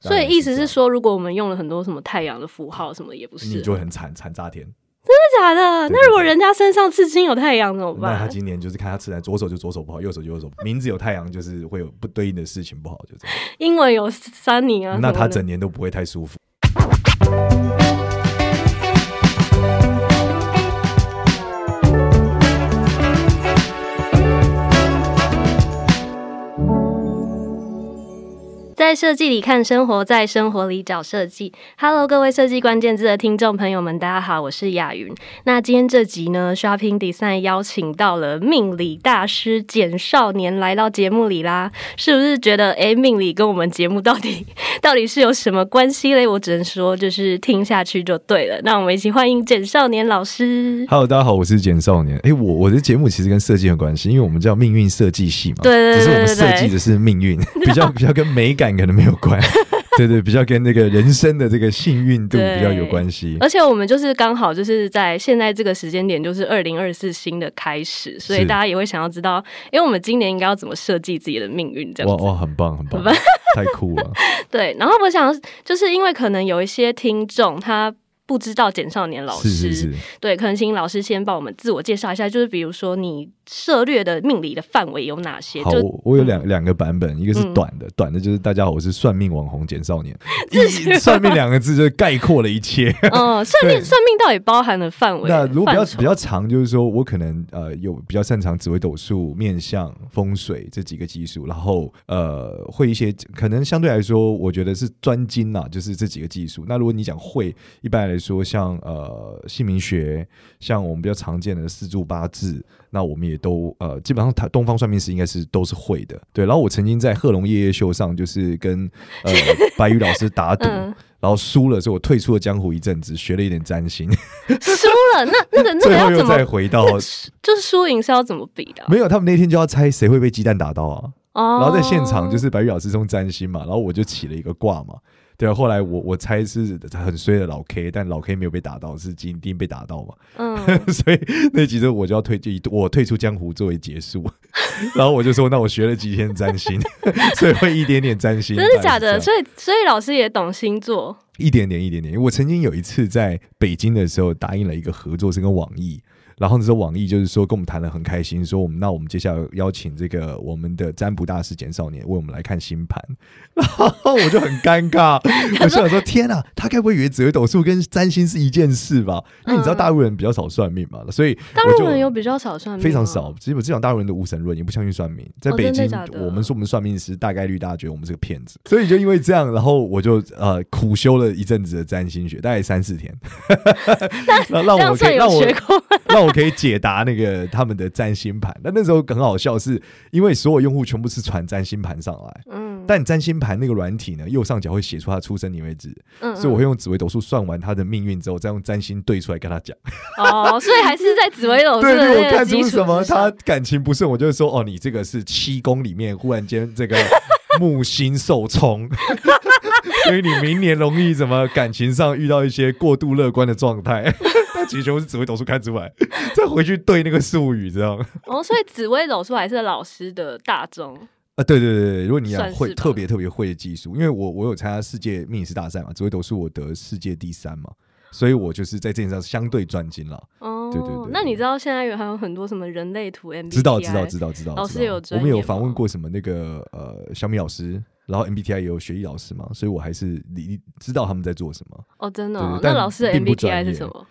所以意思是说，如果我们用了很多什么太阳的符号，什么也不是，你就会很惨惨炸天。真的假的？对那如果人家身上刺青有太阳怎么那他办？今年就是看他吃来左手就左手不好，右手就右手不好，名字有太阳就是会有不对应的事情不好，就这样。英文有三年啊，那他怎整年都不会太舒服。在设计里看生活，在生活里找设计。Hello，各位设计关键字的听众朋友们，大家好，我是雅云。那今天这集呢，Shopping Design 邀请到了命理大师简少年来到节目里啦，是不是觉得诶，命理跟我们节目到底 到底是有什么关系嘞？我只能说，就是听下去就对了。那我们一起欢迎简少年老师。 Hello，大家好，我是简少年。哎、我我的节目其实跟设计有关系，因为我们叫命运设计系嘛，对对对只是我们对对设计的是 命运，比较比较跟美感可能没有关，对对，比较跟那个人生的这个幸运度比较有关系。而且我们就是刚好就是在现在这个时间点，就是二零二四新的开始，所以是大家也会想要知道，因为我们今年应该要怎么设计自己的命运这哇样子。哇，很棒很棒，太酷了！对，然后我想就是因为可能有一些听众他。不知道简少年 老师，是是是，对，可能请老师先帮我们自我介绍一下，就是比如说你涉略的命理的范围有哪些？好，就我我有两两个版本，一个是短的，短的就是大家好，我是算命网红简少年，一算命两个字就概括了一切。嗯， 算命对算命到底包含了范围？那如果比较范畴比较长，就是说我可能呃有比较擅长紫微斗数、面相、风水这几个技术，然后呃会一些可能相对来说，我觉得是专精呐、就是这几个技术。那如果你讲会，一般来说像呃姓名学，像我们比较常见的四柱八字，那我们也都呃基本上他东方算命师应该是都是会的。对，然后我曾经在贺龙夜夜秀上就是跟 呃白宇老师打赌。 嗯然后输了，所以我退出了江湖一阵子，学了一点占星，输了，那那个那个最要后怎又么再回到就是输赢是要怎么比的啊？没有，他们那天就要猜谁会被鸡蛋打到啊。哦然后在现场就是白玉老师用占星嘛，然后我就起了一个卦嘛。对啊，后来我我猜是很衰的老 K，但老 K 没有被打到，是金定被打到嘛， 嗯，所以那集之后我就要退，就以我退出江湖作为 结束。然后我就说，那我学了几天占星， 所以会一点点占星，真的大假概的？是所这样以所以老师也懂星座，一点点一点点。我曾经有一次在北京的时候答应了一个合作，是跟网易。然后那时候网易就是说跟我们谈的很开心，说我们那我们接下来邀请这个我们的占卜大师简少年为我们来看星盘， 然后我就很尴尬，我心想说天啊，他该不会以为紫微斗数跟占星是一件事吧？因为你知嗯道大陆人比较少算命嘛，所以大我陆就人有比较少算命，非常少，。基本基本上大陆人都无神论，也不相信算命。在哦北真的京，假的我们说我们算命师，大概率大家觉得我们是个骗子，所以就因为这样，然后我就呃苦修了一阵子的占星学，大概三四 天，让这让样我可算以有让我学过 吗？ 让我可以解答那个他们的占星盘。那那时候很好笑，是因为所有用户全部是传占星盘上来。 嗯，但占星盘那个软体呢，右上角会写出他的出生年月日，嗯所以我会嗯用紫微斗数算完他的命运之后，再用占星对出来跟他讲。哦，所以还是在紫微斗数对，的如果那个看基出础之什上么他感情不顺，我就会说哦，你这个是七宫里面忽然 间这个木星受冲，所以你明年容易怎么感情上遇到一些过度乐观的状态。但其实全部是紫微斗数看出来，再回去对那个术语，这样啊、哦，所以紫微斗数还是老师的大宗。啊对对对对，如果你想算是会吧特别特别会的技术，因为我我有参加世界命理师大赛嘛，紫微斗数我得世界第三嘛，所以我就是在这件事上相对专精了。哦，对对对对那你知道现在有还有很多什么人类图 MBTI？知道，知道，知道，知道。老知师道有我专们有业访吗问过什么那个呃小米老师，然后 MBTI 也有学艺老师嘛，所以我还是理知道他们在做什么。哦，真的对哦。对那但老师的并不专 MBTI 是业什么？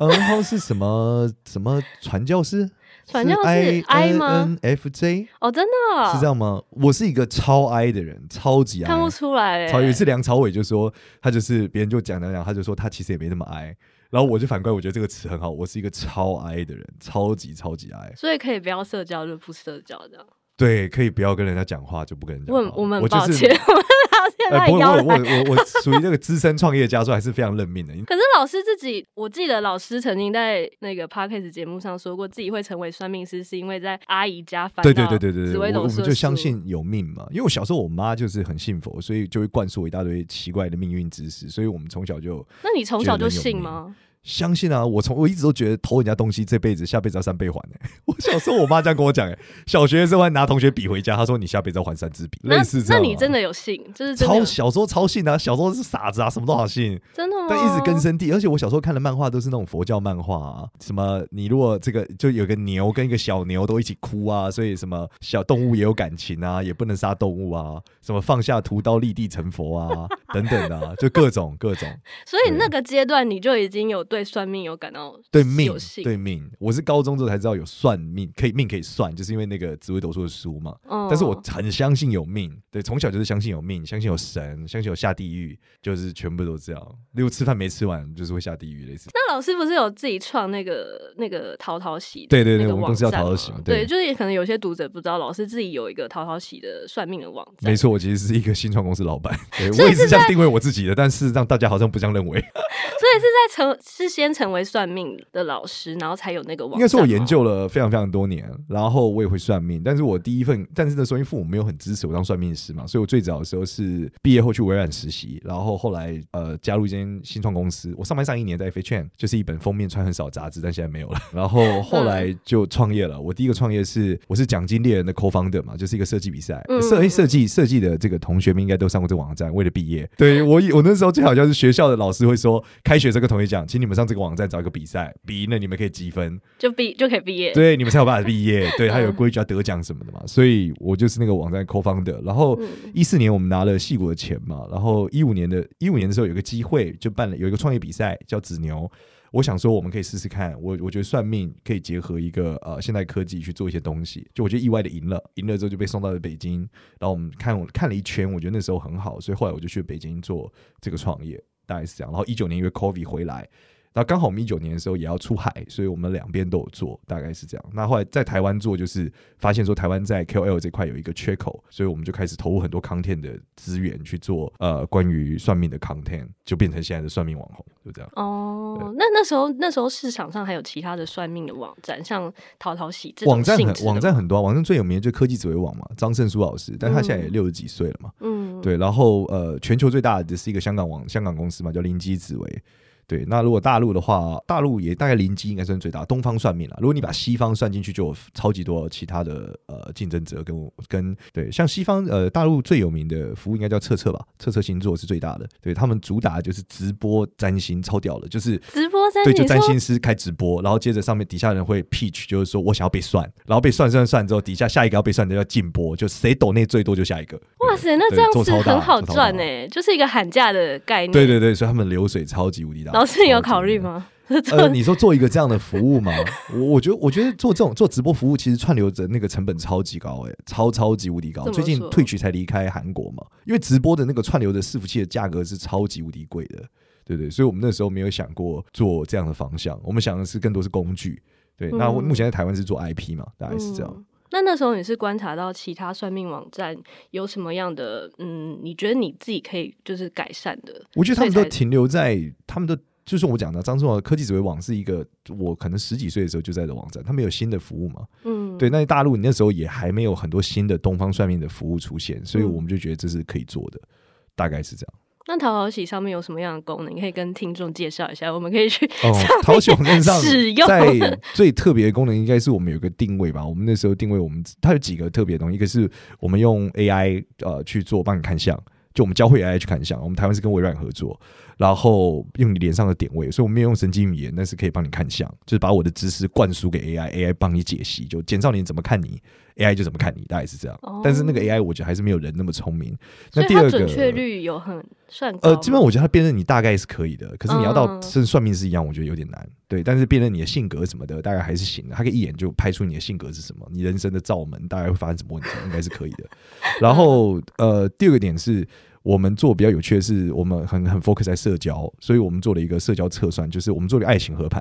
嗯，然后是什么 什么传教士？传教士 I I 吗？F J 哦，真的哦是这，样吗？我是一个超 I 的人，超级 I 看。不出来欸。超有一次梁朝伟就说他就是别人就讲讲讲，他就说他其实也没那么 I。然后我就反过来，我觉得这个词很好，我是一个超 I 的人，超级超级 I。所以可以不要社交就不社交这样。对，可以不要跟人家讲话，就不跟人家我讲很话。我们我很抱就是歉，我们抱歉呃，他不会，邀我我来。我我属于那个资深创业家，所以还是非常认 命的。可是老师自己，我记得老师曾经在那个 podcast 节目上说过，自己会成为算命师，是因为在阿姨家翻对对到对对对紫对，微我斗我数们的就相书。信有命嘛。因为我小时候我妈就是很信佛，所以就会灌输我一大堆奇怪的命运知识，所以我们从小就那你从小就觉得人有信命吗？相信啊，我从我一直都觉得投人家东西，这辈子下辈子要三倍还、欸。 我小时候我妈这样跟我讲，哎，小学的时候还拿同学笔回家，她说你下辈子要还三支笔，那类似这那样啊、你真的有信，就是真的超有小时候超信啊，小时候是傻子啊，什么都好信，真的吗？但一直根深蒂。而且我小时候看的漫画都是那种佛教漫画啊，什么你如果这个就有个牛跟一个小牛都一起哭啊，所以什么小动物也有感情啊，也不能杀动物啊，什么放下屠刀立地成佛啊，等等的、啊，就各种各种。所以那个阶段你就已经有对算命有感到对命有，信，对命，我是高中之后才知道有算命，可以命可以算，就是因为那个紫微斗数的书嘛。嗯但是我很相信有命，对，从小就是相信有命，相信有神，相信有下地狱，就是全部都这样。例如吃饭没吃完，就是会下地狱，类似。那老师不是有自己创那个那个淘淘喜的对对那对个我们网公司叫站淘淘喜吗嘛对，对就是可能有些读者不知道，老师自己有一个淘淘喜的算命的网站没。错，我其实是一个新创公司老板，对所以我也是是这样在定位我自己的，但事实上大家好像不这样认为。所以是在成是先成为算命的老师，然后才有那个网站。应该说，我研，究了非常非常多年，然后我也会算命，但是我第一份，但是那时候因为父母没有很支持我当算命师嘛，所以我最早的时候是毕业后去微软实习，然后后来呃加入一间新创公司，我上班上一年在 FHN，就是一本封面穿很少的杂志，但现在没有了。 然后后来嗯就创业了，我第一个创业是我是奖金猎人的 co-founder 嘛，就是一个设计比赛，嗯设诶设计设计的这个同学们应该都上过这个网站，为了毕业，对嗯我以我那时候最好笑是学校的老师会说，开学这个同学讲，请你们上这个网站找一个比赛，比赢了你们可以积分。就毕就可以毕业。对，你们才有办法毕业。对，还有规矩要得奖什么的嘛，所以我就是那个网站 co-founder。然后一四年我们拿了戏骨的钱嘛，然后一五年的一五年的时候有个机会就办了有一个创业比赛叫紫牛。我想说，我们可以试试看。我我觉得算命可以结合一个呃现代科技去做一些东西。就我觉得意外的赢了，赢了之后就被送到了北京。然后我们看我看了一圈，我觉得那时候很好，所以后来我就去北京做这个创业，大概是这样。然后一九年因为 COVID 回来，然后刚好我们一九年的时候也要出海，所以我们两边都有做，大概是这样。那后来在台湾做，就是发现说台湾在 KOL 这块有一个缺口，所以我们就开始投入很多 content 的资源去做呃关于算命的 content，就变成现在的算命网红，就这样。哦，那那时候那时候市场上还有其他的算命的网站，像淘淘喜这种网站性很质的网吗，站很多啊，网站最有名的就是科技紫微网嘛，张胜书老师，但他现在也嗯六十几岁了嘛。嗯，对，然后呃，全球最大的是一个香港网香港公司嘛，叫灵机紫薇。对，那如果大陆的话，大陆也大概灵机应该算最大，东方算命啦。如果你把西方算进去，就有超级多其他的呃竞争者跟我跟对，像西方呃大陆最有名的服务应该叫测测吧，测测星座是最大的。对他们主打的就是直播占星，超屌的，就是直播在对，你就占说星师开直播，然后接着上面底下人会 pitch，就是说我想要被算，然后被算算算之后，底下下一个要被算的要进波，就谁抖内最多就下一个。哇塞，那对这样做子超大很好做超赚大呢，就是一个喊价的概念。对对对，所以他们流水超级无敌大。嗯老师你有考超级虑无敌大？吗？呃，你说做一个这样的服务吗？ 我我觉得，我觉得做这种做直播服务，其实串流的那个成本超级高、欸，超超级无敌高。怎么最近说退 w 才离开韩国嘛，因为直播的那个串流的伺服器的价格是超级无敌贵的，对对，所以我们那时候没有想过做这样的方向，我们想的是更多是工具。对，那嗯目前在台湾是做 IP 嘛，大概是这样。嗯那那时候你是观察到其他算命网站有什么样的，嗯，你觉得你自己可以就是改善的？我觉得他们所以才都停留在他们都。就是我讲的，张忠谋的科技紫微网是一个我可能十几岁的时候就在的网站，他们有新的服务嘛？嗯，对，那大陆那时候也还没有很多新的东方算命的服务出现，所以我们就觉得这是可以做的，大概是这样。那淘淘喜上面有什么样的功能？你可以跟听众介绍一下，我们可以去哦， 淘喜网站上使用在最特别的功能应该是我们有个定位吧？我们那时候定位我们它有几个特别的东西，一个是我们用 AI 呃去做帮你看相，就我们教会 AI 去看相。我们台湾是跟微软合作，然后用你脸上的点位，所以我们没有用神经语言，但是可以帮你看相，就是把我的知识灌输给 AI，AI 帮你解析，就减少你怎么看你，AI 就怎么看你，大概是这样。哦但是那个 AI 我觉得还是没有人那么聪明。所那以第二它个准确率有很算高呃吗，基本上我觉得他辨认你大概是可以的，可是你要嗯到甚至算命师一样，我觉得有点难。对，但是辨认你的性格什么的，大概还是行的。他可以一眼就拍出你的性格是什么，你人生的罩门大概会发生什么问题，应该是可以的。然后呃，第二个点是。我们做比较有趣的是，我们很很 focus 在社交，所以我们做了一个社交测算，就是我们做了一个爱情合盘，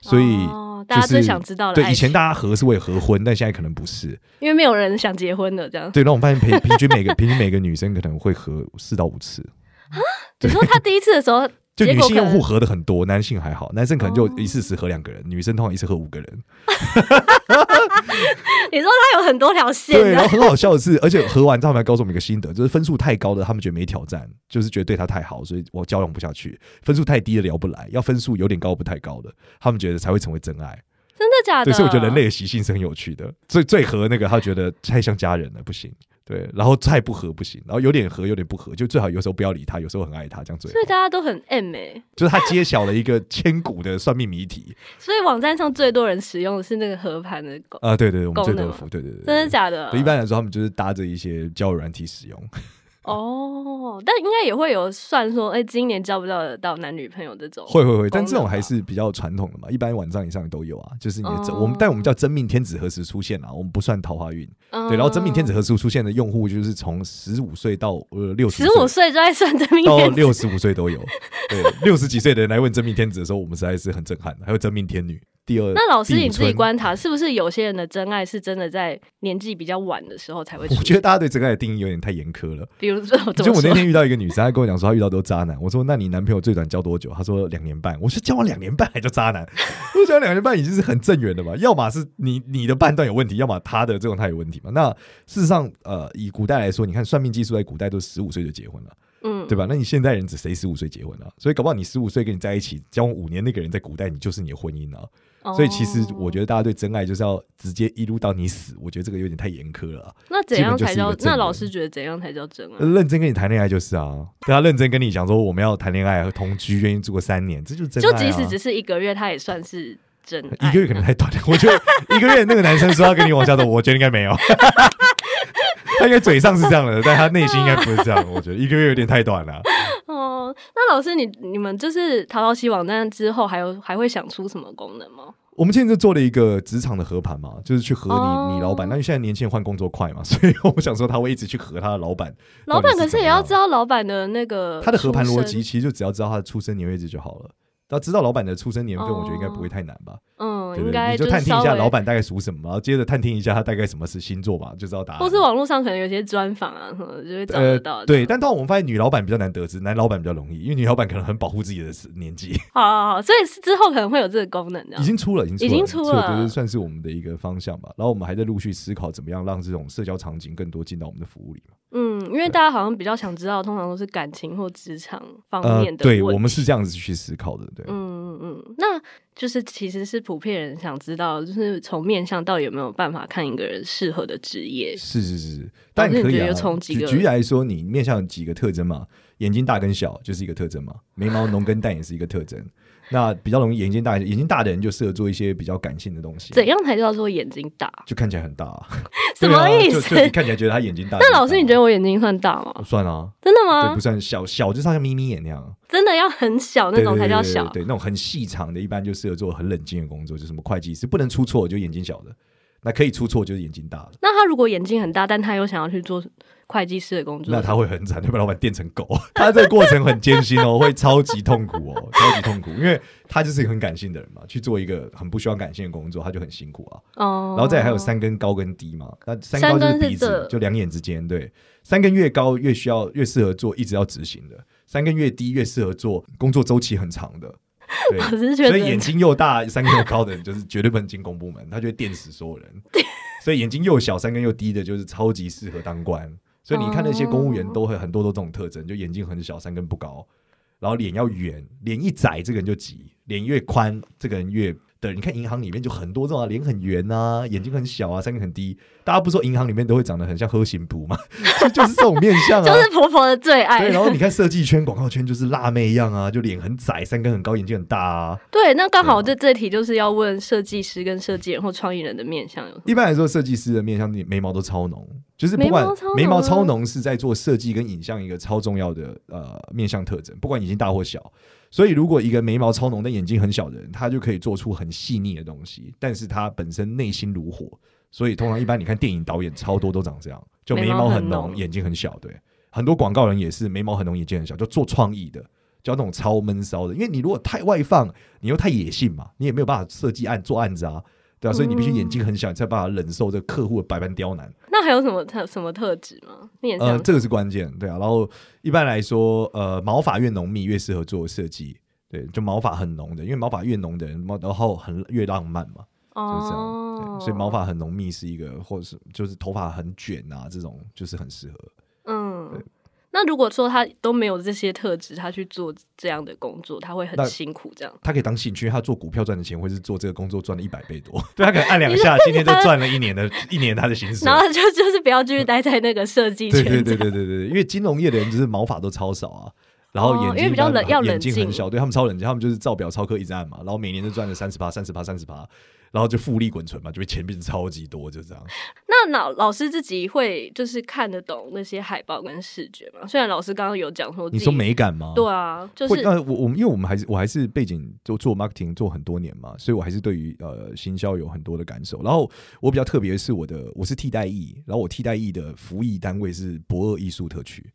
所以、哦、就大家最是想知道的对爱以前情大家合是为了合婚，但现在可能不是，因为没有人想结婚的这样。对，那我们发现平 平均每个平均每个女生可能会合四到五次，你说他第一次的时候，就结女果性可用户能合的很多，男性还好，男生可能就哦 一次只合两个人，女生通常一次合五个人。你说它有很多条线啊对，然的后很 好笑的是，而且合完之后他们还告诉我们一个心得，就是分数太高的他们觉得没挑战，就是觉得对他太好，所以我交往不下去；分数太低的聊不来，要分数有点高不太高的，他们觉得才会成为真爱。真的假的？对，所以我觉得人类的习性是很有趣的。最最合那个，他觉得太像家人了，不行。对，然后太不合不行，然后有点合有点不合，就最好有时候不要理他，有时候很爱他，这样最好所以。大家都很 M 哎、就是他揭晓了一个千古的算命谜题所以网站上最多人使用的是那个合盘的狗，啊、对对对，我们功最能得吗福，对对对，真的假的？呃对一般来说，他们就是搭着一些交友软体使用。 哦，但应该也会有算说，哎、今年交不交得到男女朋友这种？会会会，但功这种能还吧是比较传统的嘛，一般晚上以上都有啊。就是你的真、哦我们，但我们叫真命天子何时出现啊？我们不算桃花运，嗯对。然后真命天子何时出现的用户，就是从十五岁到呃六十十五岁就在算真命到天子，六十五岁都有。 对，六十几岁的人来问真命天子的时候，我们实在是很震撼。还有真命天女，第二，那老师第五你自己春观察，是不是有些人的真爱是真的在年纪比较晚的时候才会出我现？觉得大家对真爱的定义有点太严苛了。比如说我 怎就么我那说？天遇到一个女生，她跟我讲说她遇到都渣男。我说那你男朋友最短交多久？她说两年半。我 说交往两年半还叫渣男？我交往两年半已经是很正缘的嘛，要么是你你的判断有问题，要么他的这种态有问题嘛。那事实上，呃，以古代来说，你看算命技术在古代都十五岁就结婚了，嗯，对吧？那你现代人只谁十五岁结婚啊？所以搞不好你十五岁跟你在一起交往五年那个人，在古代你就是你的婚姻啊。哦所以其实我觉得，得大家对真爱就是要直接一路到你死，我觉得这个有点太严苛了啊。那怎样才叫基本就是一个？啊正那人老师觉得怎样才叫真爱？认真跟你谈恋爱就是啊，对他认真跟你讲说我们要谈恋爱和同居，愿意住个三年，这就是真爱、就啊。呃即使只是一个月，他也算是真爱。一个月可能太短了， 我觉得一个月那个男生说要跟你往下走，我觉得应该没有。 他应该嘴上是这样的，但他内心应该不是这样。我觉得一个月有点太短了。哦，那老师你你们就是淘淘西网站之后，还有还会想出什么功能吗？我们现在就做了一个职场的合盘嘛，就是去合你、哦你老板。那你现在年轻人换工作快嘛， 所以我想说他会一直去合他的老板。老板可是也要知道道老板的那个啊他的合盘呃出逻身辑，，其实就只要知道他的出生年月日就好了。要知道老板的出生年份，我觉得应该不会太难吧。嗯，对应对，该你就是探听一稍下微老，板大概属什么，然后接着探听一下他大概什么是星座吧，就知道答案。或是网络上可能有些专访啊什么的就会找得到啊这呃。对，样，但到我们发现女老板比较难得知，男老板比较容易，因为女老板可能很保护自己的年纪，好好好，所以是之后可能会有这个功能的已。经出了，已经出了，已经出了所以我觉得算是我们的一个方向吧。然后我们还在陆续思考怎么样让这种社交场景更多进到我们的服务里嘛。嗯，因为大家好像比较想知道，通常都是感情或职场方呃面，的问题。对，我们是这样子去思考的，对。嗯嗯嗯，那就是其实是普遍人想知道，就是从面相到底有没有办法看一个人适合的职业。是是是，但哦那你可以觉得啊。从几举个举例来说，你面向有几个特征嘛？眼睛大跟小就是一个特征嘛，眉毛浓跟淡也是一个特征。那比较容易眼睛大，眼睛大的人就适合做一些比较感性的东西，怎样才叫做眼睛大？就看起来很 大啊、什么对啊意就思就？你看起来觉得他眼睛大。 那老师，你觉得得我眼睛算大吗？算啊？真的对，吗不？算小，小就像眯眯眼那样，真的要很小那对种对才对叫对小。对，那种很细长的，一般就适合做很冷静的工作，就什么会计师不能出错，就眼睛小的。那可以出错就是眼睛大的，那他如果眼睛很大，但他又想要去做会计师的工作，那他会很惨，就把老板电成狗。 他这个过程很艰辛哦，会 超级痛苦哦，超级痛苦，因为他就是一个很感性的人嘛，去做一个很不需要感性的工作，他就很辛苦啊。哦，然后再来还有三根高跟低嘛，那三高就三根是鼻这子，就两眼之间，对，三根越高越需要越适合做一直要执行的，三根越低越适合做工作周期很长的。 对，老师觉所得以眼睛又大、三根又高的人，就是绝对不能进公部门，他就会电死所 有人。所以眼睛又小、三根又低的，就是超级适合当官。所以你看那些公务员都会很多都这种特征，就眼睛很小、三根不高，然后脸要圆，脸一窄这个人就急，脸越宽这个人越的。你看银行里面就很多这种啊，脸很圆啊，眼睛很小啊，三根很低。大家不说银行里面都会长得很像喝行仆吗？ 就 就是这种面相啊，就是婆婆的最爱对，。然后你看设计圈、广告圈就是辣妹一样啊，就脸很窄，三根很高，眼睛很大啊。对，那刚好对这这题就是要问设计师跟设计人或创意人的面相有什么一般来说，设计师的面向眉毛都超浓，就是不嗯眉毛管超浓眉毛啊超浓是在做设计跟影像一个超重要的呃面向特征，不管眼睛大或小。所以，如果一个眉毛超浓但眼睛很小的人，他就可以做出很细腻的东西，但是他本身内心如火。所以，通常一般你看电影导演超多都长这样，就眉眉毛毛很很浓，浓眼睛很小。对，很多广告人也是眉毛很浓，眼睛很小，就做创意的，就要那种超闷骚的。因为你如果太外放，你又太野性嘛，你也没有办法设计案做案子啊，对啊，所以你必须眼睛很小，你才有办法忍受这客户的百般刁难。那还有什么特什么特质吗？面相、呃，这个是关键，对啊。然后一般来说，呃，毛发越浓密越适合做设计，对，就毛发很浓的，因为毛发越浓的人，毛然后很越浪漫嘛，就是这样。哦，所以毛发很浓密是一个，或者是就是头发很卷啊，这种就是很适合。嗯。那如果说他都没有这些特质，他去做这样的工作，他会很那辛苦。这样，他可以当兴趣，他做股票赚的钱会是做这个工作赚了一百倍多，对他可能按两下，今天就赚了一年的一年他的薪水然。后就就是不要继续待在那个设计 对圈。对对对对对，因为金融业的人就是毛发都超少啊，然后哦眼因睛为比较冷一般要冷眼睛很静小，对他们超冷静，他们就是照表超课一直按嘛，然后每年都赚了三十趴、三十趴、三十趴，然后就复利滚存嘛，就会钱变超级多，就这样。那老老师自己会就是看得懂那些海报跟视觉吗？虽然老师刚刚有讲说自你己，说美感吗？对啊，就会，是呃，我我们因为我们还是我还是背景就做 marketing 做很多年嘛，所以我还是对于呃行销有很多的感受。然后我比较特别的是我的我是替代役，然后我替代役的服役单位是博二艺术特区，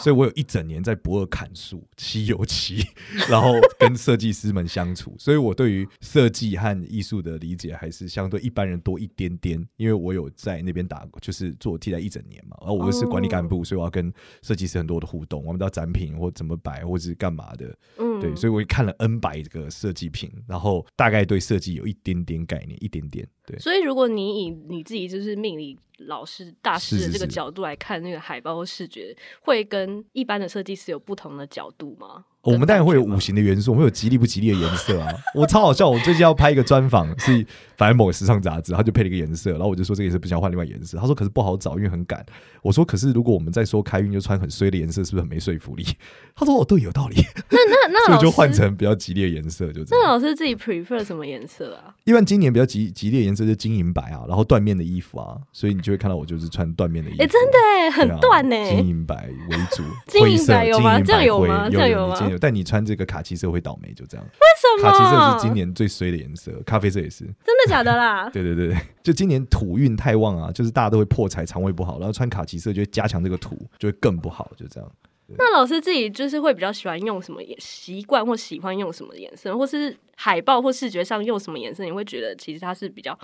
所以我有一整年在博二砍树、漆油漆，然后跟设计师们相处，所以我对于设计和艺术的理解还是相对一般人多一点点，因为我有在那边打，就是做替代一整年嘛，然后我又是管理干部，所以我要跟设计师很多的互动，我们到展品或怎么摆或是干嘛的，嗯，对，所以我也看了 N 百个设计品，然后大概对设计有一点点概念，一点点，对。所以，如果你以你自己就是命理老师、大师的是是这个是角度来看那个海报或视觉，会跟一般的设计师有不同的角度吗？我们当然会有五行的元素，我们会有吉利不吉利的颜色啊。 我超好笑，我最近要拍一个专访，是反正某个时尚杂志，他就配了一个颜色，然后我就说这个颜色不想换另外颜色，他说可是不好找，因为很赶。我说可是如果我们再说开运就穿很衰的颜色，是不是很没说服力？ 他说哦对，有道理，那那 所以老就换师，成比较吉利的颜色，就这那样。老师自己 prefer 什么颜色啊？一般今年比较吉吉利的颜色就是金银白啊，然后缎面的衣服啊，所以你就会看到我就是穿缎面的衣服。哎、真的哎、很对啊断呢、金银白为主， 金灰银色白有吗金银这样白有灰吗有这样有有你吗今天有，但你穿这个卡其色会倒霉，就这样。为什么？ 卡其色是今年最衰的颜色，咖啡色也 是。真的假的 啦？对对对对，就今年土运太旺啊，就是大家都会破财，肠胃不好，然后穿卡其色就会加强这个土，就会更不好，就这样。那老师自己就是会比较喜欢用什么颜习惯或喜欢用什么颜色，或是海报或视觉上用什么颜色，你会觉得其实它是比较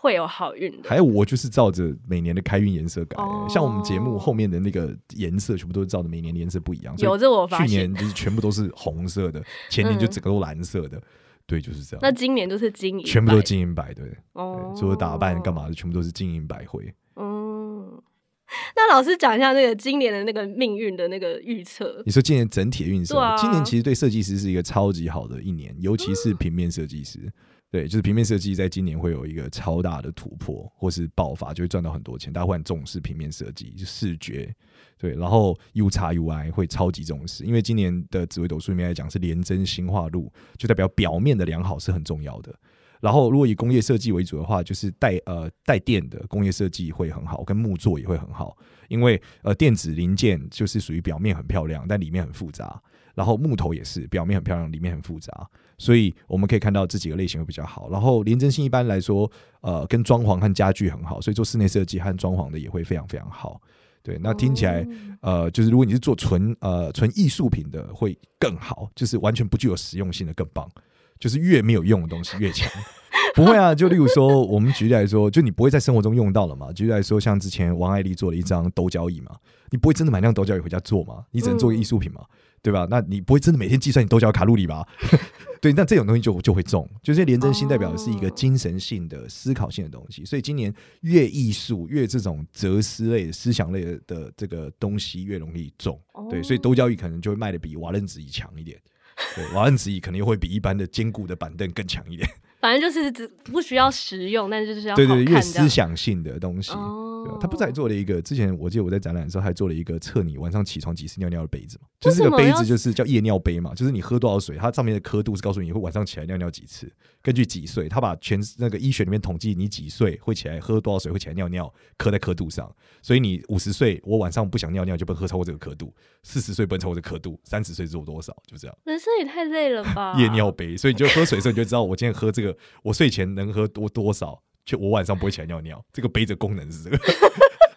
会有好运的。还有我就是照着每年的开运颜色改的，哦像我们节目后面的那个颜色，全部都是照着每年的颜色不一样。所有以这我发去现，年就是全部都是红 色的，前年就嗯整个都蓝色的，对，就是这那样。今年就是金银，全部都金银白，对，哦对，所有打扮干嘛的，全部都是金银白灰。嗯，那老师讲一下那个今年的那个命运的那个预测。你说今年整体的运势对吗，啊嗯今年其实对设计师是一个超级好的一年，尤其是平面设计师。对，就是平面设计在今年会有一个超大的突破或是爆发，就会赚到很多钱。大家会很重视平面设计，就视觉对，然后 U 叉 UI 会超级重视，因为今年的紫微斗数里面来讲是连针新化路，就代表表面的良好是很重要的。然后，如果以工业设计为主的话，就是带呃带电的工业设计会很好，跟木作也会很好，因为呃电子零件就是属于表面很漂亮，但里面很复杂。然后木头也是表面很漂亮，里面很复杂，所以我们可以看到这几个类型会比较好。然后连针性一般来说，呃，跟装潢和家具很好，所以做室内设计和装潢的也会非常非常好。对，那听起来、呃，就是如果你是做纯呃纯艺术品的，会更好，就是完全不具有实用性的更棒，就是越没有用的东西越强。 不会啊，就例如说，我们举例来说，就你不会在生活中用到了嘛。举例来说，像之前王爱丽做了一张斗角椅嘛，你不会真的买辆斗角椅回家做嘛？你只能做个艺术品嘛，对吧？那你不会真的每天计算你斗角卡路里吧？ 对，那这种东西就就会中，就是廉贞心代表的是一个哦精神性的、思考性的东西，所以今年越艺术、越这种哲思类的、思想类的的这个东西越容易中。对，所以都斗角椅可能就会卖的比瓦楞子椅强一点。对，瓦楞子椅可能又会比一般的坚固的板凳更强一点。反正就是只不需要实用，但是就是要对对好对，越看这样思想性的东西。对啊哦，他不是还做了一个，之前我记得我在展览的时候还做了一个测你晚上起床几次尿尿的杯子嘛，就为是这什个么杯要子就是叫夜尿杯嘛，就是你喝多少水，它上面的刻度是告诉你会晚上起来尿尿几次，根据几岁，他把全那个医学里面统计你几岁会起来喝多少水会起来尿尿，刻在刻度上，所以你五十岁我晚上不想尿尿就不能喝超过这个刻度，四十岁不能超过这个刻度，三十岁做多少就这样。人生也太累了吧？ 夜尿杯，所以你就喝水的时候你就知道我今天喝这个，我睡前能喝多多少，却我晚上不会起来尿尿。这个杯子的功能是这个，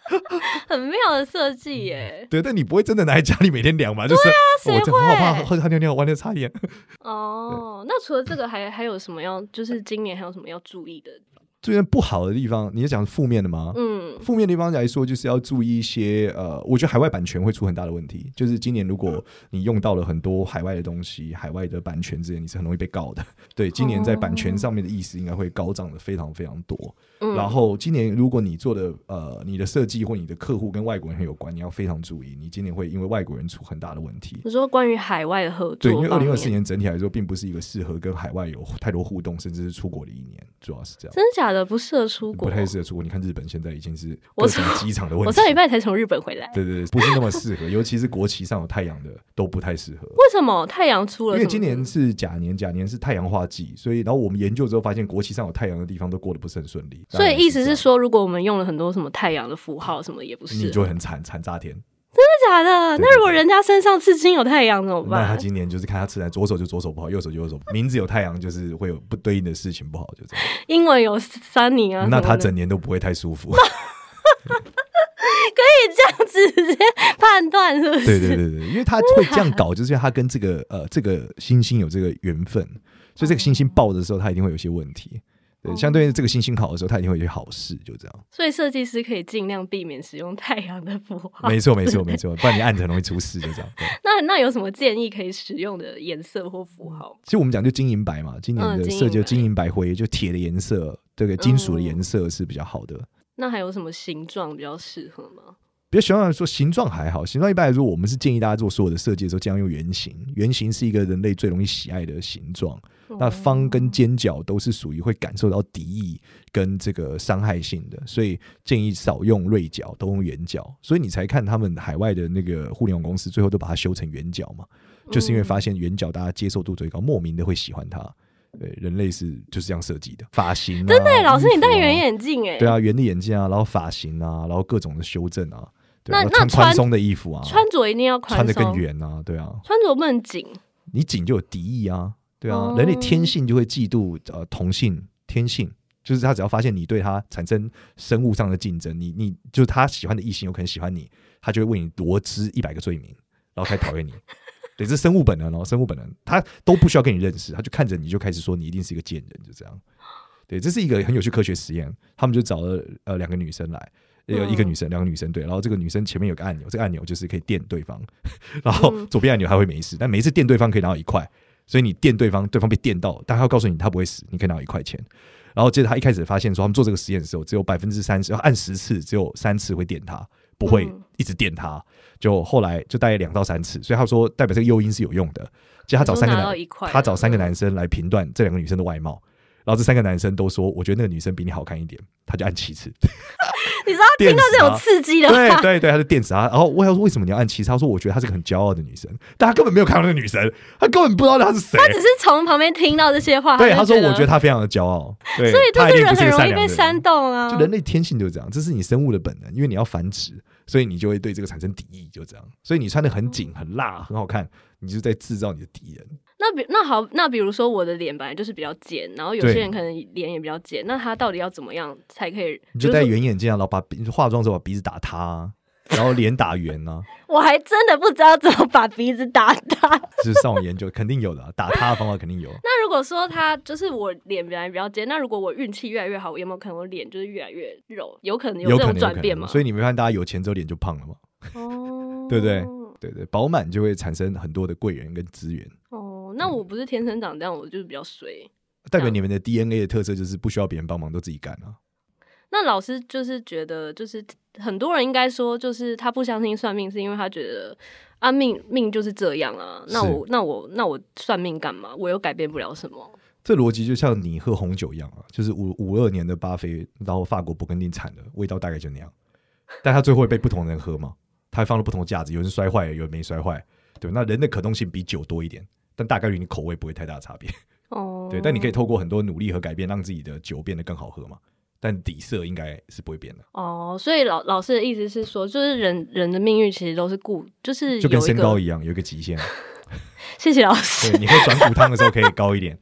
很妙的设嗯计耶！对，但你不会真的拿在家里每天量嘛？就是、啊哦谁我真的好怕会喝喝尿尿，完了擦眼。哦，那除了这个还还有什么要？就是今年还有什么要注意的？最不好的地方，你是讲负面的吗？嗯，负面的地方来说，就是要注意一些呃，我觉得海外版权会出很大的问题。就是今年如果你用到了很多海外的东西、海外的版权之类，你是很容易被告的。 对，今年在版权上面的意识应该会高涨的非常非常多。嗯然后今年如果你做的呃，你的设计或你的客户跟外国人很有关，你要非常注意，你今年会因为外国人出很大的问题。你说关于海外的合作，对，因为二零二四，年整体来说，并不是一个适合跟海外有太多互动，甚至是出国的一年，主要是这样。真的假的不适合出国，不太适合出国。你看日本现在已经是我各种上机场的问题。 我上礼拜才从日本回来，对对对，不是那么适合，尤其是国旗上有太阳的都不太适合。为什么太阳出了因什么事？为今年是甲年，甲年是太阳化季，所以然后我们研究之后发现，国旗上有太阳的地方都过得不是很顺利。所以意思当是然这说，如果我们用了很多什么太阳的符号什么，也不样，是你就会很惨惨炸天。真的假的？对那如果人家身上刺青有太阳怎么那他办？今年就是看他吃来左手就左手不好，右手就右手不好，名字有太阳就是会有不对应的事情不好，就这 样。英文有 sunny 啊什么的，那他整年都不会太舒服。 这样子直接判断是不是？对对对对，因为他会这样搞，就是因为他跟这个呃这个星星有这个缘分，所以这个星星爆的时候，他一定会有一些问题。对，哦相对应这个星星好的时候，他一定会有一些好事，就这样。所以设计师可以尽量避免使用太阳的符 号。没错，没错，没错，不然你按着很容易出事，就这样。对那那有什么建议可以使用的颜色或符号吗？其实我们讲就金银白嘛，今年嗯的金银设计就白金银白灰，就铁的颜色，这个金属的颜色是比较好的。那还有什么形状比较适合吗？比较喜欢说形状还好，形状一般来说，我们是建议大家做所有的设计的时候，尽量用圆形。圆形是一个人类最容易喜爱的形状。嗯那方跟尖角都是属于会感受到敌意跟这个伤害性的，所以建议少用锐角，都用圆角。所以你才看他们海外的那个互联网公司最后都把它修成圆角嘛，就是嗯因为发现圆角大家接受度最高，莫名的会喜欢它。对，人类是就是这样设计的，发型、啊、真的耶，老师衣服你戴圆啊眼镜哎，对啊，圆的眼镜啊，然后发型啊，然后各种的修正啊，对那啊然后穿那穿宽松的衣服啊，穿着一定要宽穿的松更，圆啊，对啊，穿着不能紧。你紧就有敌意啊，对啊，哦人类天性就会嫉妒呃同性天性。就是他只要发现你对他产生生物上的竞争，你你就是他喜欢的异性有可能喜欢你，他就会为你罗织一百个罪名，然后开始讨厌你。对，这是生物本能哦，生物本能，他都不需要跟你认识，他就看着你就开始说你一定是一个贱人，就这样。对，这是一个很有趣科学实验，他们就找了呃两个女生来，呃有一个嗯女生，两个女生对，然后这个女生前面有个按钮，这个按钮就是可以电对方， 然后嗯左边按钮还会没事，但每一次电对方可以拿到一块，所以你电对方，对方被电到，但他要告诉你他不会死，你可以拿到一块钱。然后接着他一开始发现说，他们做这个实验的时候，只有百分之三十，按十次只有三次会电他，不会嗯一直电他。就后来就大概两到三次，所以他说代表这个诱因是有用的。结果他找三个你说拿到一男，块他找三个嗯男生来评断这两个女生的外貌。然后这三个男生都说，我觉得那个女生比你好看一点，他就按 七次。你知道电啊听到这死种他刺激的对话，对对，他就电死他。然后我还说为什么你要按七次？他说我觉得她是个很骄傲的女生，但他根本没有看到那个女生，他根本不知道她是谁。 只是从旁边听到这些话，对，就他说我觉得得，她非常的骄傲，对，所以她就一是定不人是很个容善易良被的人煽。动啊。就人类天性就是这样，这是你生物的本能，因为你要繁殖，所以你就会对这个产生敌意，就这样。所以你穿的很嗯紧、很辣、很好看，你就在制造你的敌人。那比那好，那比如说我的脸本来就是比较尖，然后有对些人可能脸也比较尖，那他到底要怎么样才可以？你就比如戴说圆眼镜啊，然后把鼻化妆的时候把鼻子打塌 啊、然后脸打圆啊，我还真的不知道怎么把鼻子打大。 就是上网研究，肯定有的啊、 打塌的方法肯定有。那如果说他就是我脸本来比较尖，那如果我运气越来越好，我有没有可能我脸就是越来越柔？有可能有这可种能，有转可变能。吗？所以你没看大家有钱之后脸就胖了嘛？哦，对不对对对，饱满就会产生很多的贵人跟资源，哦，那我不是天生长这样，我就是比较衰。嗯代表你们的 DNA 的特色就是不需要别人帮忙，都自己干啊。那老师就是觉得，就是很多人应该说，就是他不相信算命，是因为他觉得啊命命就是这样啊。那是我那我那我算命干嘛？我又改变不了什么。这逻辑就像你喝红酒一样啊，就是五五二年的巴菲，然后法国勃艮第产的，味道大概就那样，但它最后会被不同人喝嘛，它还放了不同的架子，有人摔坏，有人没摔坏，对吧那人的可动性比酒多一点，但大概率你口味不会太大差别，哦，对，但你可以透过很多努力和改变，让自己的酒变得更好喝嘛，但底色应该是不会变的，哦，所以老老师的意思是说，就是人人的命运其实都是固，就是就跟有一身高个。一样，有一个极限，啊谢谢老师。对，你喝转骨汤的时候可以高一点，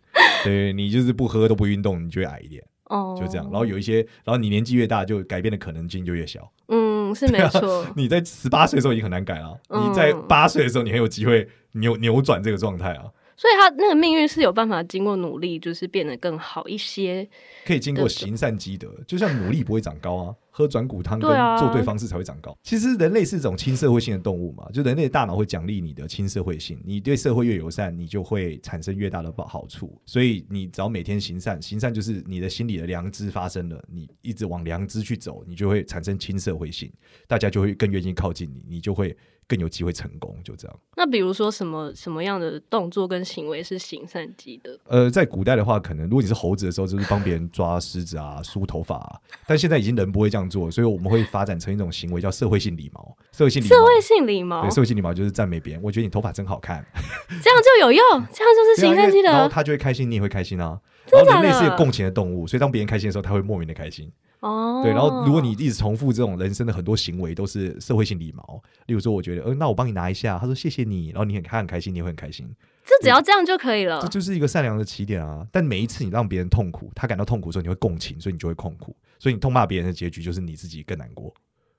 对你就是不喝都不运动，你就会矮一点，哦， 就这样，然后有一些，然后你年纪越大，就改变的可能性就越小。嗯，是没 错。你在十八岁的时候已经很难改了，嗯你在八岁的时候，你很有机会扭扭转这个状态啊。所以他那个命运是有办法经过努力，就是变得更好一些。可以经过行善积德，就像努力不会长高啊，喝转骨汤跟对啊做对方式才会长高。其实人类是一种亲社会性的动物嘛，就人类的大脑会奖励你的亲社会性，你对社会越友善，你就会产生越大的好处。所以你只要每天行善，行善就是你的心理的良知发生了，你一直往良知去走，你就会产生亲社会性，大家就会更愿意靠近你，你就会更有机会成功。就这样。那比如说什么什么样的动作跟行为是行善积德？呃，在古代的话，可能如果你是猴子的时候，就是帮别人抓虱子啊、梳头发、啊，但现在已经人不会这样做，所以我们会发展成一种行为叫社会性礼貌。社会性礼貌，社会性礼貌，对，社会性礼貌就是赞美别人，我觉得你头发真好看， 这样就有用，这样就是行善积对啊因为然后德他就会开心，你也会开心啊。然真的后假的人类是一个共情的动物，所以当别人开心的时候，他会莫名的开心。哦。对，然后如果你一直重复这种人生的很多行为，都是社会性礼貌。例如说，我觉得，呃，那我帮你拿一下，他说谢谢你，然后你很他很开心，你也会很开心。这只要这样就可以了这，就是一个善良的起点啊！但每一次你让别人痛苦，他感到痛苦的时候，你会共情，所以你就会痛苦，所以你痛骂别人的结局就是你自己更难过，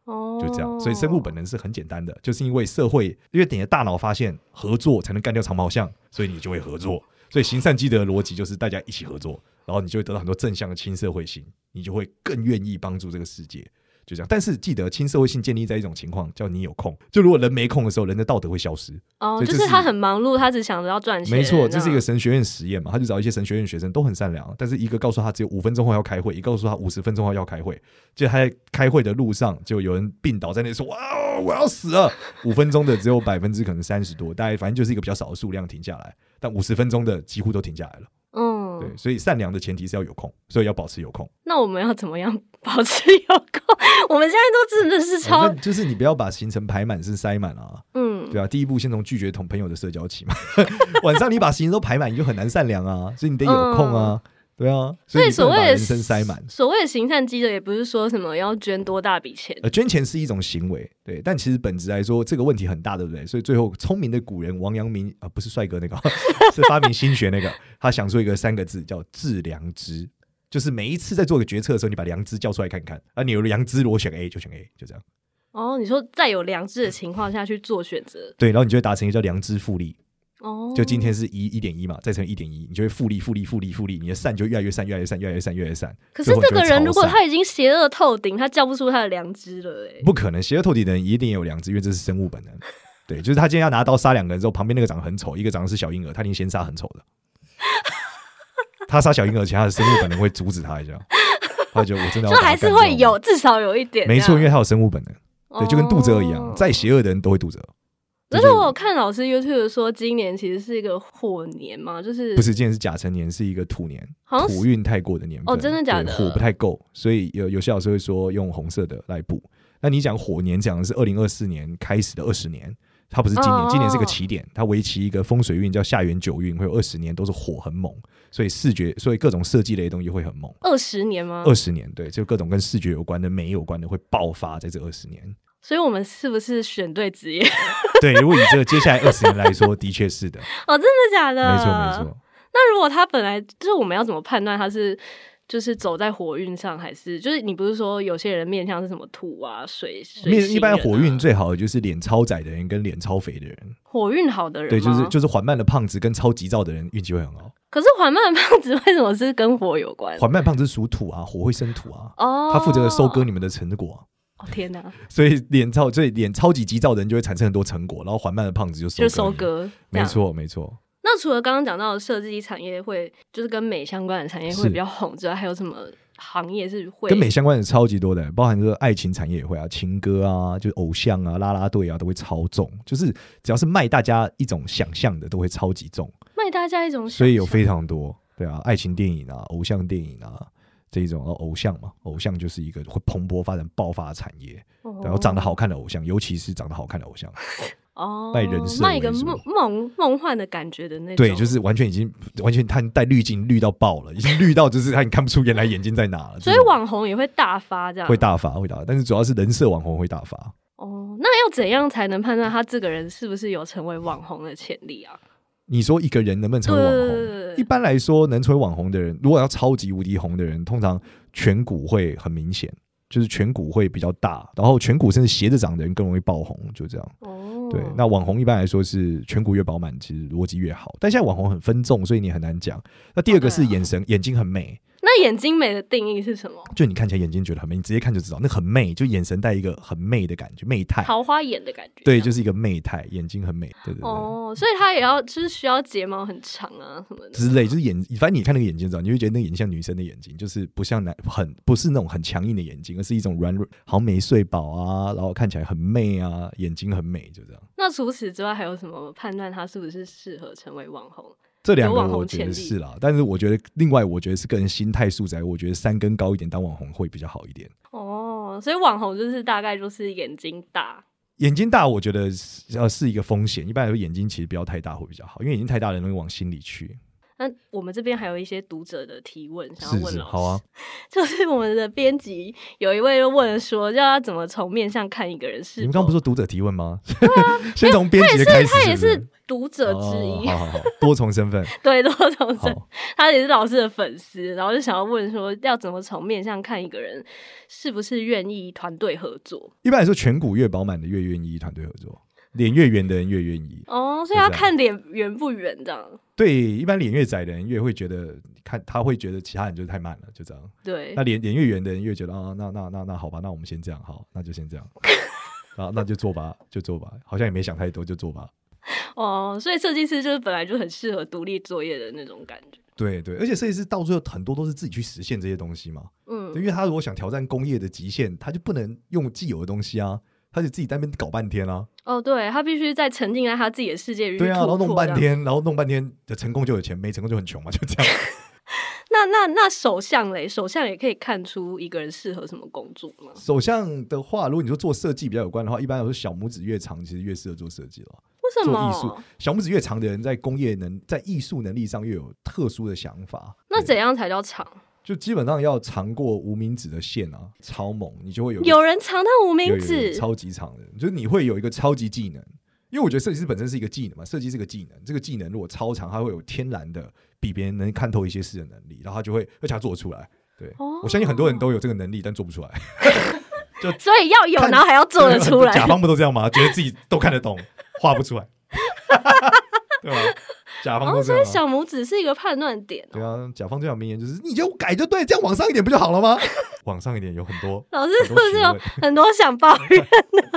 哦，就这样。所以生物本能是很简单的，就是因为社会，因为你的大脑发现合作才能干掉长毛象，所以你就会合作。所以行善积德的逻辑就是大家一起合作，然后你就会得到很多正向的亲社会性，你就会更愿意帮助这个世界。就这样，但是记得亲社会性建立在一种情况，叫你有空。就如果人没空的时候，人的道德会消失。哦，所以就是这是他很忙碌，他只想着要赚钱，没错，这是一个样神学院实验嘛，他就找一些神学院学生都很善良，但是一个告诉他只有五分钟后要开会，一个告诉他五十分钟后要开会，就他在开会的路上就有人病倒在那里说哇哦我要死了， 五分钟的只有百分之可能三十多，大概反正就是一个比较少的数量停下来，但五十分钟的几乎都停下来了。对，嗯。所以善良的前提是要有空，所以要保持有空，那我们要怎么样保持有空？我们现在都真的是超、哦那就是你不要把行程排满是塞满啊，嗯，对啊，第一步先从拒绝同朋友的社交起嘛。 晚上你把行程都排满，你就很难善良啊，所以你得有空啊，对啊，所所以你不嗯所能把谓的人生塞满。所谓的行善积德，也不是说什么要捐多大笔钱，呃，捐钱是一种行为，对，但其实本质来说，这个问题很大，对不对？所以最后，聪明的古人王阳明啊、不是帅哥那个， 是发明心学那个，他想出一个三个字叫“致良知”，就是每一次在做个决策的时候，你把良知叫出来看看啊，你有良知，我选 A 就选 A，就这样，哦，你说在有良知的情况下去做选择，对，然后你就会达成一个叫良知复利，哦，就今天是一一点一嘛，再乘一点一，你就会复利复利复利复利，你的善就越来越善，越来越善，越来越善，越来越善。可是最后你这就个会人超如果善他已经邪恶透顶，他叫不出他的良知了、欸，不可能，邪恶透底的人一定有良知，因为这是生物 本能。对，就是他今天要拿刀杀两个人之后，旁边那个长得很丑，一个长得是小婴儿，他一定先杀很丑的。他杀小婴儿前，他的生物本能会阻止他一下，他就觉得我真的 要就把他还是干会掉有，至少有一点这没样，错，因为他有生物本能，对，就跟肚子饿一哦啊样，再邪恶的人都会肚子饿。可是这就我有看老师 YouTube 说，今年其实是一个火年嘛，就是不是，今年是甲辰年，是一个土年，好像是土运太过的年份，哦真的假的对火不太够，所以有有些老师会说用红色的来补。那你讲火年讲的是二零二四年开始的二十年，它不是今哦年，今年是个起点，它为期一个风水运叫下元九运，会有二十年都是火很猛，所以视觉，所以各种设计类的东西会很猛。二十年吗？二十年，对，就各种跟视觉有关的、美有关的会爆发在这二十年。所以我们是不是选对职业？ 对，如果以这个接下来二十年来说，的确是的，哦，真的假的？没 错没。错。那如果他本来就是我们要怎么判断他是就是走在火运上，还是就是你不是说有些人面向是什么土啊、水水、面一般火运最最好的就是脸超窄的人跟脸超肥的人，火运好的人吗，对，就是就是缓慢的胖子跟超急躁的人运气会很好。可是缓慢的胖子为什么是跟火有关？缓慢胖子属土啊，火会生土啊，哦，他负责收割。你们的成果啊、哦天哪，所以脸超所以脸超级急躁的人就会产生很多成果，然后缓慢的胖子就收就是收你割，这没样错没错。那除了刚刚讲到的设计产业会，就是跟美相关的产业会是比较红之外，还有什么行业是会跟美相关的超级多的，包含这个爱情产业也会啊，情歌啊，就是偶像啊，啦啦队啊，都会超重。就是只要是卖大家一种想象的，都会超级重。卖大家一种想象？所以有非常多，对啊，爱情电影啊，偶像电影啊，这一种呃偶像嘛，偶像就是一个会蓬勃发展、爆发的产业。哦然后长得好看的偶像，尤其是长得好看的偶像，哦，卖人设卖一个为主梦梦梦幻的感觉的那种，对，就是完全已经完全他戴滤镜滤到爆了，已经滤到就是他你看不出原来眼睛在哪了。所以这种网红也会大发这样。会大发会大，但是主要是人设网红会大发。哦，那要怎样才能判断他这个人是不是有成为网红的潜力啊？你说一个人能不能成为网红？对一般来说，能成为网红的人，如果要超级无敌红的人，通常颧骨会很明显，就是颧骨会比较大，然后颧骨甚至斜着长的人更容易爆红，就这样。哦，对，那网红一般来说是颧骨越饱满，其实逻辑越好。但现在网红很分众，所以你很难讲。那第二个哦是啊眼神，眼睛很美，那眼睛美的定义是什么？就你看起来眼睛觉得很美，你直接看就知道，那很媚，就眼神带一个很媚的感觉，媚态。桃花眼的感觉。哎对，就是一个媚态，眼睛很美，对对对。哦，所以他也要就是需要睫毛很长啊什么的。之类，就是眼，反正你看那个眼睛，知道，你会觉得那个眼睛像女生的眼睛，就是不像男，很不是那种很强硬的眼睛，而是一种软软，好像没睡饱啊，然后看起来很媚啊，眼睛很美，就这样。那除此之外还有什么判断他是不是适合成为网红？这两有个网我红觉潜得力是啦，但是我觉得另外我觉得是个人心态素材，我觉得三根高一点当网红会比较好一点。哦，所以网红就是大概就是眼睛大。眼睛大，我觉得是呃是一个风险，一般来说眼睛其实不要太大会比较好，因为眼睛太大人容易往心里去。那我们这边还有一些读者的提问，想是要问是，老师。 好啊，就是我们的编辑有一位就问说，要怎么从面相看一个人是你否？们刚刚不是说读者提问吗？ 先从编辑的开对始啊他也是是不读者之哦一，好好好，多重身份， 对多重好生。，他也是老师的粉丝，然后就想要问说，要怎么从面相看一个人是不是愿意团队合作？一般来说，颧骨越饱满的越愿意团队合作，脸越圆的人越愿意。哦，所以是要这样看脸圆不圆这样。对，一般脸越窄的人越会觉得看他会觉得其他人就是太慢了，就这样。对那，脸脸越圆的人越觉得啊，那那那那好吧，那我们先这样，好，那就先 这样，啊，那就做吧，就做吧，好像也没想太多，就做吧。哦，所以设计师就是本来就很适合独立作业的那种感觉。对对，而且设计师到最后很多都是自己去实现这些东西嘛，对嗯，因为他如果想挑战工业的极限，他就不能用既有的东西啊，他就自己在那边搞半天啊，哦，对他必须在沉浸在他自己的世界里去对啊，然后突弄破半这样。天，然后弄半天，成功就有钱，没成功就很穷嘛，就这样。 那那那手相嘞，手相也可以看出一个人适合什么工作吗？首相的话，如果你说做设计比较有关的话，一般来说小拇指越长，其实越适合做设计了。为什做么？哦艺术，小拇指越长的人，在工业能在艺术能力上越有特殊的想法。那对怎样才叫长？就基本上要长过无名指的线啊，超猛，你就会有一个有人长到无有名有有指，超级长的，就是你会有一个超级技能。因为我觉得设计师本身是一个技能嘛，设计是个技能，这个技能如果超长，它会有天然的比别人能看透一些事的能力，然后他就会，而且他做得出来。对、哦我相信很多人都有这个能力，但做不出来。所以要有，看然后还要 做得出来。甲方不都这样吗？觉得自己都看得懂，画不出来， 对吧？甲方哦，都这所样以啊、小拇指是一个判断点哦、对啊，甲方最有名言就是你就改就对，这样往上一点不就好了吗？ 往上一点有很多，老师很是多不学是有问。很多想抱怨？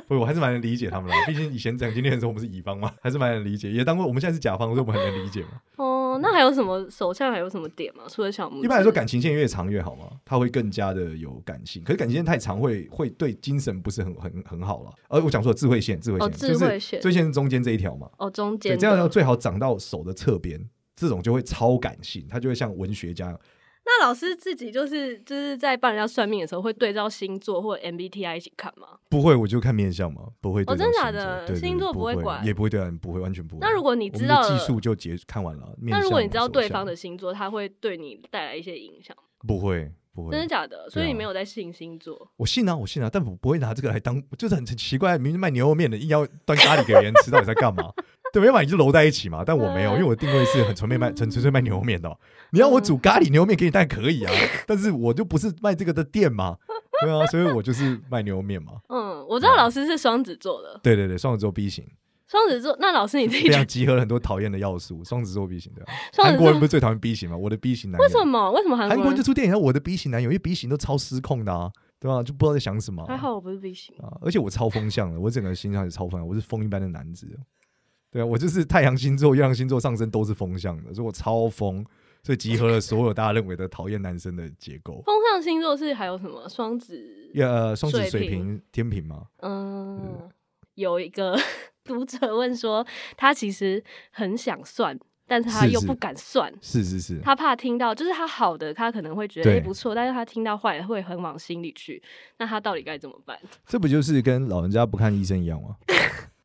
不，我还是蛮能理解他们的，毕竟以前讲经历的时候我们是乙方嘛， 还是蛮能理解，也当过我们现在是甲方，所以我们很能理解嘛。哦，那还有什么手相还有什么点吗？除了小拇指，一般来说，感情线越长越好嘛，它会更加的有感性。可是感情线太长会会对精神不是很很很好了。而我讲说智慧线，智慧线、哦智慧线就是最线是中间这一条嘛，哦中间对，的这样要最好长到手的侧边，这种就会超感性，它就会像文学家一样。那老师自己就是就是在帮人家算命的时候，会对照星座或 MBTI 一起看吗？不会，我就看面相嘛，不会哦对照真星的假座。的对对对星座不不会管也不会对人，不会完全不会。那如果你知我们道的了技术就结看完了。面那如果相你知道手对相方的星座，他会对你带来一些影响吗，不会不真的会，假的？所以对啊你没有在信星座，我信啊我信啊，但我不会拿这个来当，就是很很奇怪，明明卖牛肉面的硬要端咖喱给别人吃，到底在干嘛？ 对，要不然你就揉在一起嘛。但我没有，嗯因为我定位是很纯粹卖、纯纯粹卖牛肉面的哦、你要我煮咖喱牛肉面给你，当然可以啊，嗯 但是我就不是卖这个的店嘛。对啊，所以我就是卖牛肉面嘛。嗯，我知啊道老师是双子座的，对对对，双子座 B 型，双子座。那老师你自己非觉常得集合了很多讨厌的要素。双子座 B 型对啊，双啊韩子国座人不是最讨厌 B 型吗？我的 B 型男友，为什么？为什么韩韩国国人就人？出电影，像我的 B 型男友，因为 B 型都超失控的啊，对吧、就不知道在想什么啊。还好我不是 B 型，啊，而且我超风向的，我整个形象也超风向，我是风一般的男子。哦对啊，我就是太阳星座、月亮星座上升都是风向的，所以我超风，所以集合了所有大家认为的讨厌男生的结构。风象星座是还有什么双子？也呃，双子、水水瓶瓶、天平嘛，嗯，有一个 读者问说，他其实很想算，但是他是又是不敢算。是是是，他怕听到，就是他好的，他可能会觉得哎、诶对不错，但是他听到坏的会很往心里去。那他到底该怎么办？这不就是跟老人家不看医生一样吗？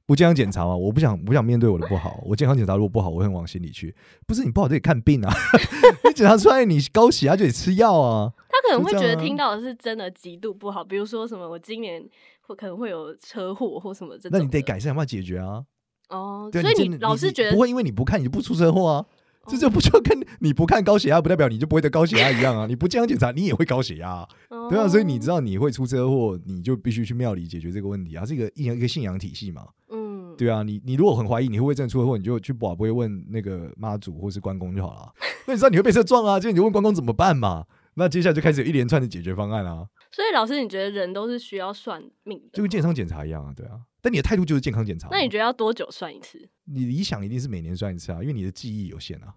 不健康检查嘛，我不想不想面对我的不好。我健康检查如果不好，我会往心里去。不是你不好就得看病啊， 你检查出来你高血压就得吃药啊。他可能会就觉这样得啊听到的是真的极度不好，比如说什么我今年会可能会有车祸或什么这种的。那你得改善，办法解决啊。哦， 对啊，所以真你的老是觉得哦不会因为你不看你就不出车祸啊。这就不就跟你不看高血压，不代表你就不会得高血压一样啊！你不健康检查，你也会高血压、啊，对啊。所以你知道，道你会出车祸，你就必须去庙里解决这个问题啊。是一个一一个信仰体系嘛，嗯，对啊，你你如果很怀疑你会不会真的出车祸，你就去保不会问那个妈祖或是关公就好了。那你知道你会被车撞啊，这你就问关公怎么办嘛。那接下来就开始有一连串的解决方案啊，所以老师，你觉得人都是需要算命的就跟健康检查一样啊，对啊。但你的态度就是健康检查嘛。那你觉得要多久算一次？你理想一定是每年算一次啊，因为你的记忆有限啊。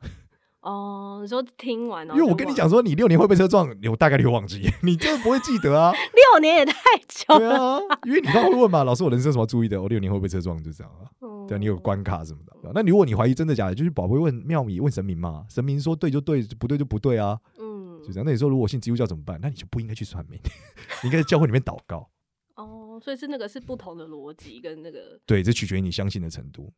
哦，你说听完，然因后为我就跟你忘讲说，你六年会被车撞，你我大概率会忘记， 你真的不会记 得啊。六年也太久对了。啊，因为你刚刚会问嘛，老师，我人生有什么要注意的？我六年会被车撞，就这样啊。嗯对啊，你有关卡什么的。那如果你怀疑真的假的，就去宝贝问庙宇、问神明嘛，神明说对就对，不对就不对啊，嗯就这样。那你说如果我信基督教怎么办？那你就不应该去算命， 你应该在教会里面祷告。哦，所以是那个是不同的逻辑跟那个对，这取决于你相信的程度。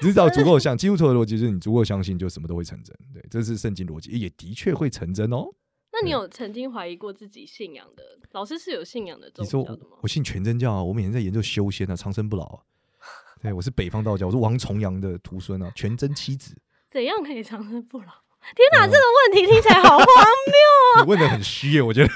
只要足够相，基督徒的逻辑就是你足够相信，就什么都会成真。对，这是圣经逻辑，也的确会成真哦。那你嗯有曾经怀疑过自己信仰的？老师是有信仰的宗你说教的我吗？我信全真教啊，我每天在研究修仙啊，长生不老啊。对，我是北方道教，我是王重阳的徒孙啊，全真七子。怎样可以长生不老？天哪，嗯这个问题听起来好荒你问的很虚耶，我觉得。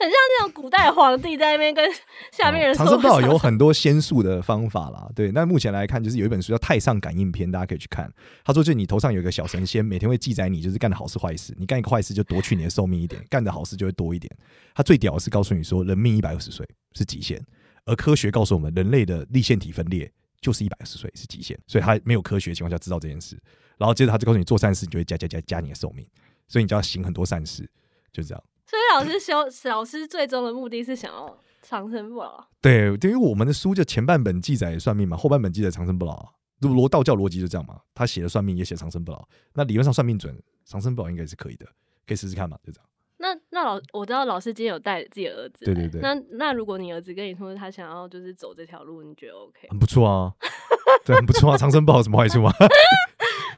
很像那种古代皇帝在那边跟下面人说哦长我生不老想有很多仙术的方法啦，对。那目前来看，就是有一本书叫《太上感应篇》，大家可以去看。他说，就是你头上有一个小神仙，每天会记载你就是干的好事坏事。你干一个坏事就夺去你的寿命一点，干的好事就会多一点。他最屌的是告诉你说，人命一百二十岁是极限，而科学告诉我们，人类的立腺体分裂就是一百二十岁是极限，所以他没有科学的情况下知道这件事。然后接着他就告诉你，做善事你就会加加加加你的寿命，所以你就要行很多善事，就这样。所以老师修老师最终的目的是想要长生不老。啊对，对于我们的书，就前半本记载算命嘛，后半本记载长生不老、啊。如罗道教逻辑就这样嘛，他写的算命也写长生不老，那理论上算命准，长生不老应该是可以的，可以试试看嘛，就这样。那那老我知道老师今天有带自己的儿子来，对对对那那如果你儿子跟你说他想要就是走这条路，你觉得 OK？很不错啊，对，很不 错啊，长生不老有什么坏处吗？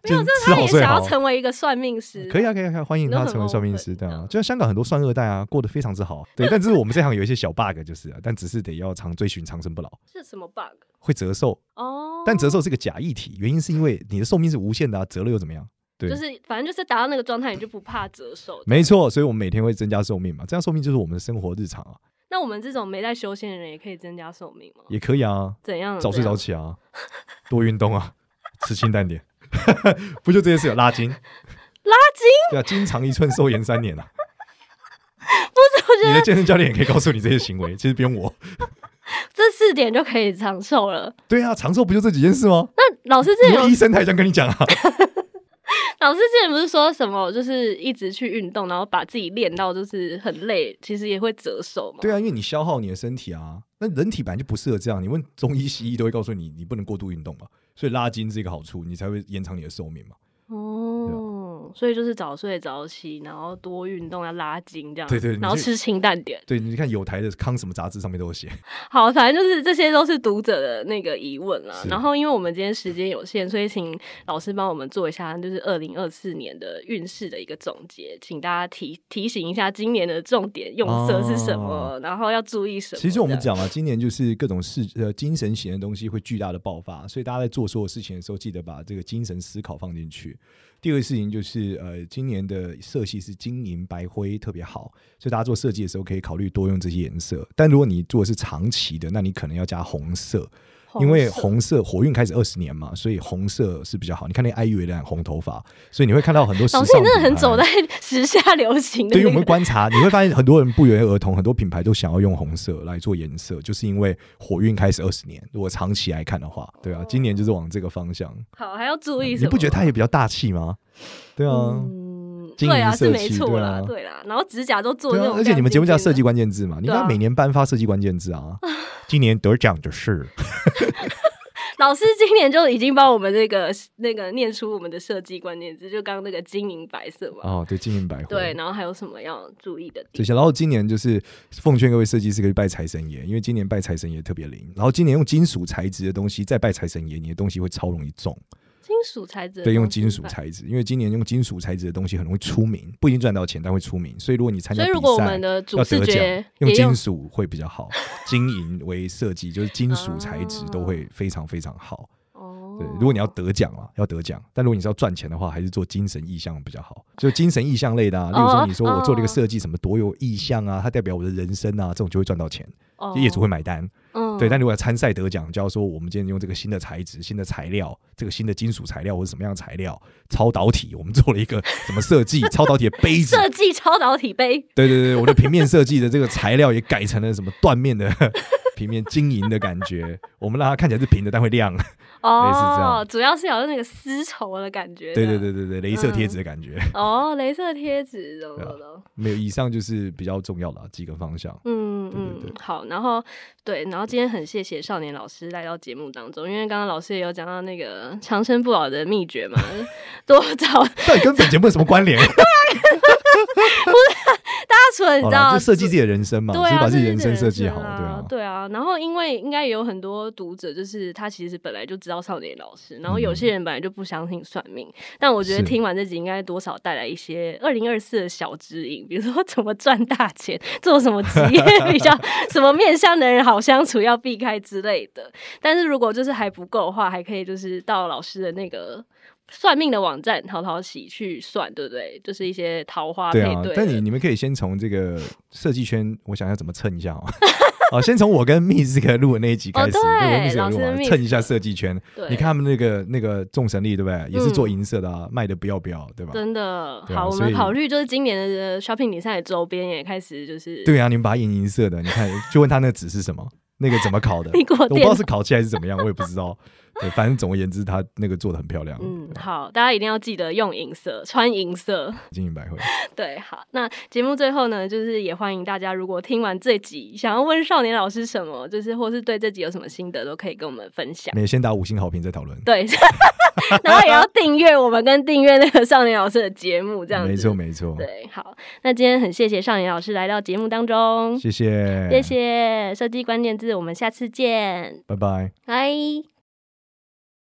没有，就这吃他好也睡想好要啊。成为一个算命师，可以啊，可以啊，可以啊欢迎都他很嗯成为算命 open，师，对这啊样，就像香港很多算二代啊，过得非常之好，对，但是我们这行有一些小 bug 就是啊，但只是得要常追寻长生不老，是什么 bug？会折寿，哦，但折寿是个假议题，原因是因为你的寿命是无限的啊，折了又怎么样？对，就是反正就是达到那个状态，你就不怕折寿。没错，所以我们每天会增加寿命嘛，增加寿命就是我们的生活日常啊，那我们这种没在修仙的人也可以增加寿命吗？也可以啊，怎样？早睡怎样早。起啊，多运动啊， 吃清淡点， 不就这些事有啊拉 筋，拉筋？对啊，筋长一寸，寿延三年啊。 不是，我觉你的得健身教练也可以告诉你这些行为，其实不用我。这四点就可以长寿了。对啊，长寿不就这几件事吗？那老师之你前有问医生，他也这样跟你讲啊。老师之前不是说什么，就是一直去运动，然后把自己练到就是很累，其实也会折寿嘛。对啊，啊，因为你消耗你的身体啊，那人体本来就不适合这样。你问中医、西医都会告诉你，你不能过度运动嘛，所以拉筋是一个好处，你才会延长你的寿命嘛。啊哦，所以就是早睡早起，然后多运动，要拉筋这样。对对你然后是吃清淡点。对，你看有台的康什么杂志上面都有写，好，反正就是这些都是读者的那个疑问啦。是然后，因为我们今天时间有限，所以请老师帮我们做一下，就是二零二四年的运势的一个总结，请大家提提醒一下今年的重点用色是什么，然后要注意什么。哦其实我们这样，讲嘛，今年就是各种事呃精神型的东西会巨大的爆发，所以大家在做所有事情的时候，记得把这个精神思考放进去。第二个事情就是呃，今年的色系是金银白灰特别好，所以大家做设计的时候可以考虑多用这些颜色。但如果你做的是长期的，那你可能要加红色，因为色红色火运开始二十年嘛，所以红色是比较好。你看那个艾玉兰红头发，所以你会看到很多时老尚师，你真的很品牌走在 时下流 行的、对于我那们个。观察，你会发现很多人不约而同，很多品牌都想要用红色来做颜色，就是因为火运开始二十年。如果长期来看的话，对啊，今年就是往这个方向。啊好，还要注哦意什你么？不觉得它也比较大气吗？对啊，嗯，经营对啊，是设没计错对啦啊，对啦。然后指甲都做对那啊，种，而且你们节目叫设计，关键字嘛，你对啊看每年颁发设计关键字 啊，今年得奖的是，老师今年就已经帮我们那个那个念出我们的设计关键字，就刚刚那个金银白色嘛。哦，对，金银百货。对，然后还有什么要注意的这点？些。然后今年就是奉劝各位设计师可以拜财神爷，因为今年拜财神爷特别灵。然后今年用金属材质的东西再拜财神爷，你的东西会超容易中。金属材质的对，用东西金属吧。材质，因为今年用金属材质的东西很容易出名，不一定赚到钱，但会出名。所以如果你参加所以比如果我们赛，的主要视得觉奖，也用用金属会比较好。金银为设计，就是金属材质都会非常非常好。哦，对，如果你要得奖啊，要得奖。但如果你是要赚钱的话，还是做精神意象比较好。就精神意象类的啊，例如哦说你说我做了一个哦设计，什么多有意象啊，它代表我的人生啊，这种就会赚到钱，哦业主会买单。嗯对，但如果参赛得奖，就要说我们今天用这个新的材质、新的材料、这个新的金属材料或者什么样的材料，超导体，我们做了一个什么设计，超导体的杯子，设计超导体 杯，对对对，我的平面设计的这个材料也改成了什么缎面的 平面晶莹的感觉，我们让它看起来是平的，但会亮。类似这哦样，主要是有那个丝绸的感觉，对对，对对对，镭射贴纸的感觉。哦，镭射贴纸什么的，没有，以上就是比较重要的啊几个方向。嗯对对嗯，好，然后对，然后今天很谢谢少年老师来到节目当中，因为刚刚老师也有讲到那个长生不老的秘诀 嘛，多找到底跟本节目有什么关联？ 大家除了你好知啦道就设计自己的人生嘛，对就啊，是把自己是人生设计人好，生对啊啊，。对啊。然后因为应该也有很多读者，就是他其实本来就知道少年老师，然后有些人本来就不相信算命，但我觉得嗯是听完这集应该多少带来一些二零二四的小指引，比如说怎么赚大钱，做什么职业比 较，什么面向的人好相处要避开之类的。但是如果就是还不够的话，还可以就是到老师的那个。算命的网站淘淘喜去算，对不对？就是一些桃花配对对啊的。，但你你们可以先从这个设计圈，我想一下怎么蹭一下 哦。好，先从我跟密斯克录的那一集开始，哦对我跟密斯克老师录跟完， Mitsuka 蹭一下设计圈。对你看他们那个那个众神力，对不对？也是做银色的啊，卖的不要不要，对吧？真的对啊好，我所们以考虑就是今年的 shopping 比赛的周边也开始就是，对啊，你们把它印银色的，你看，就问他那个纸是什么，那个怎么烤的 ，你给我我不知电道是烤漆还是怎么样，我也不知道。对，反正总而言之，他那个做的很漂亮，嗯，好，大家一定要记得用银色，穿银色。 金银百惠。对，好，那节目最后呢，就是也欢迎大家，如果听完这集，想要问少年老师什么，就是或是对这集有什么心得，都可以跟我们分享。你先打五星好评再讨论。对， 然后也要订阅我们跟订阅那个少年老师的节目，这样子。没错没错，对，好，那今天很谢谢少年老师来到节目当中，谢谢，谢，谢设计关键字，我们下次见，拜拜。拜。